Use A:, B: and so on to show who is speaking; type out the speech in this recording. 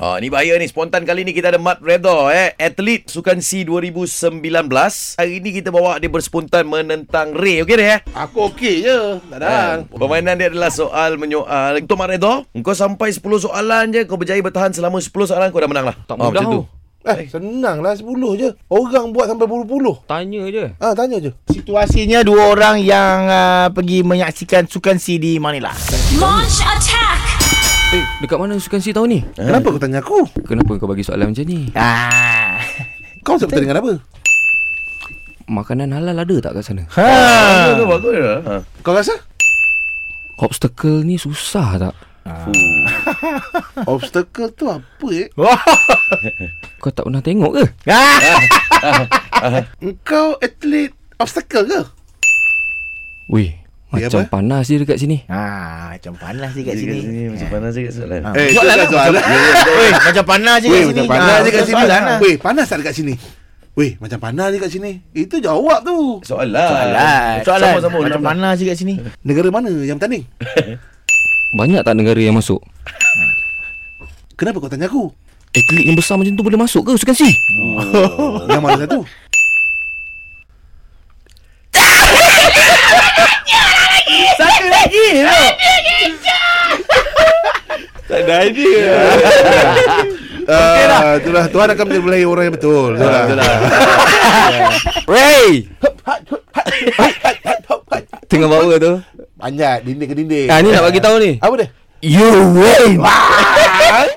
A: Oh, ni bahaya ni. Spontan kali ni kita ada Mat Reda eh. Atlet Sukan C 2019. Hari ni kita bawa dia berspontan menentang Ray. Okey dia eh?
B: Aku okey je. Tak ada.
A: Kan? Permainan dia adalah soal menyoal. Untuk Mat Reda, kau sampai 10 soalan je. Kau berjaya bertahan selama 10 soalan kau dah menang lah.
C: Tak mudah
A: macam
C: oh,
A: tu.
D: Eh, senang lah 10 je. Orang buat sampai puluh-puluh.
C: Tanya je.
D: Ah, tanya je.
E: Situasinya dua orang yang uh, pergi menyaksikan sukan C di Manila.
F: Launch attack!
C: Eh, dekat mana sukan si tahun ni?
D: Kenapa kau tanya aku?
C: Kenapa kau bagi soalan macam ni?
E: Ah.
D: Kau sebut dengan apa?
C: Makanan halal ada tak kat sana?
E: Ha.
A: Ah, tu bagus je. Ha.
D: Kau rasa?
C: Obstacle ni susah tak?
D: Ah. Obstacle tu apa eh?
C: Kau tak pernah tengok ke?
E: Ha.
D: Engkau atlet obstacle ke?
C: Weh,
D: Eh,
C: macam
D: apa?
C: panas je dekat sini.
E: Ha, macam panas je
A: Kat
E: kat sini.
A: sini macam panas je kat soalan.
E: Ha.
D: Eh,
E: Soalan
D: tu kan
E: lah,
D: soalan.
E: Weh, macam panas je kat
D: Weh,
E: sini.
D: macam panas
E: Ah,
D: je kat sini.
E: soalan lah.
D: Weh, panas tak dekat sini? Weh, macam panas je kat sini. Itu jawab tu.
A: Soalan.
E: Soalan. Soalan.
A: lah. Sama-sama.
E: lah. Macam
A: Sama-sama.
E: panas je kat sini.
D: Negara mana yang bertanding?
C: Banyak tak negara yang masuk?
D: Kenapa kau tanya aku?
C: Atlet Eh, yang besar macam tu boleh masuk ke sukan si?
D: Yang mana satu?
E: Satu lagi.
D: Ah, itulah Tuhan akan menyebelahi orang yang betul. Itulah.
C: Wey! Tengah bawa tu.
D: Panjat dinding ke dinding.
C: Ah ni nak bagi tahu ni.
D: Apa dia?
C: You way.